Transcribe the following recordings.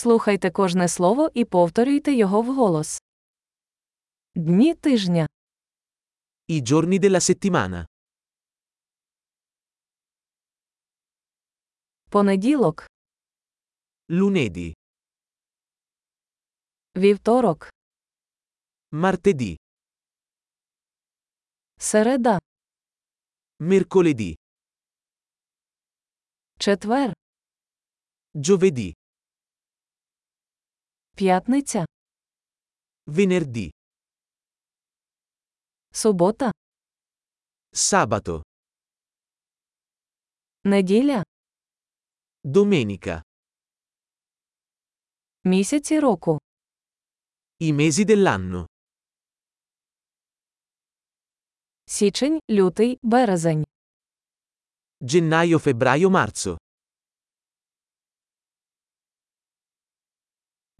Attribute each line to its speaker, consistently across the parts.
Speaker 1: Слухайте кожне слово і повторюйте його вголос. Дні тижня,
Speaker 2: I giorni della settimana.
Speaker 1: понеділок,
Speaker 2: Lunedì,
Speaker 1: вівторок,
Speaker 2: martedì,
Speaker 1: середа,
Speaker 2: mercoledì,
Speaker 1: четвер,
Speaker 2: giovedì,
Speaker 1: п'ятниця,
Speaker 2: venerdì,
Speaker 1: субота,
Speaker 2: sabato,
Speaker 1: неділя,
Speaker 2: domenica.
Speaker 1: місяці року,
Speaker 2: I mesi dell'anno.
Speaker 1: січень, лютий, березень,
Speaker 2: Gennaio, febbraio, marzo.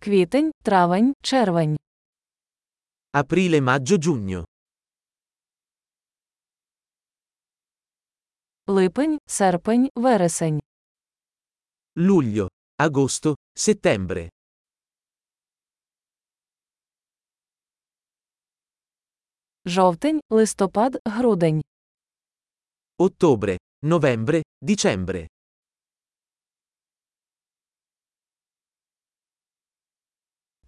Speaker 1: квітень, травень, червень,
Speaker 2: Aprile, maggio, giugno.
Speaker 1: липень, серпень, вересень,
Speaker 2: Luglio, agosto, settembre.
Speaker 1: жовтень, листопад, грудень,
Speaker 2: Ottobre, novembre, dicembre.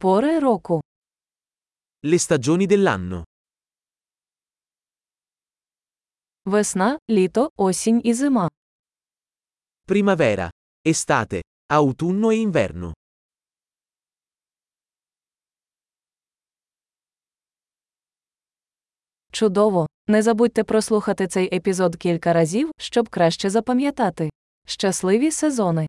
Speaker 1: пори року,
Speaker 2: Le stagioni dell'anno.
Speaker 1: весна, літо, осінь і зима,
Speaker 2: Primavera, estate, autunno e inverno.
Speaker 1: Чудово! Не забудьте прослухати цей епізод кілька разів, щоб краще запам'ятати. Щасливі сезони!